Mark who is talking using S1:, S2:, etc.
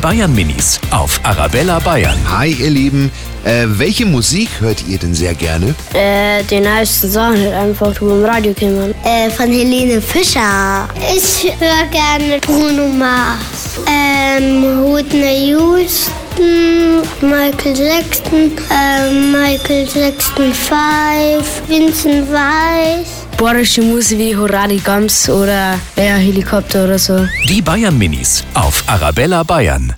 S1: Bayern Minis auf Arabella Bayern.
S2: Hi, ihr Lieben. Äh, welche Musik hört ihr denn sehr gerne?
S3: Äh, den neuesten Song halt einfach, die im Radio kämen.
S4: Äh, von Helene Fischer.
S5: Ich höre gerne Bruno Mars, ähm, Whitney Houston, Michael Jackson, ähm, Michael Jackson 5, Vincent Weiss.
S3: Bayerische Musik wie Horadi Gams oder ja, Helikopter oder so.
S1: Die Bayern Minis auf Arabella Bayern.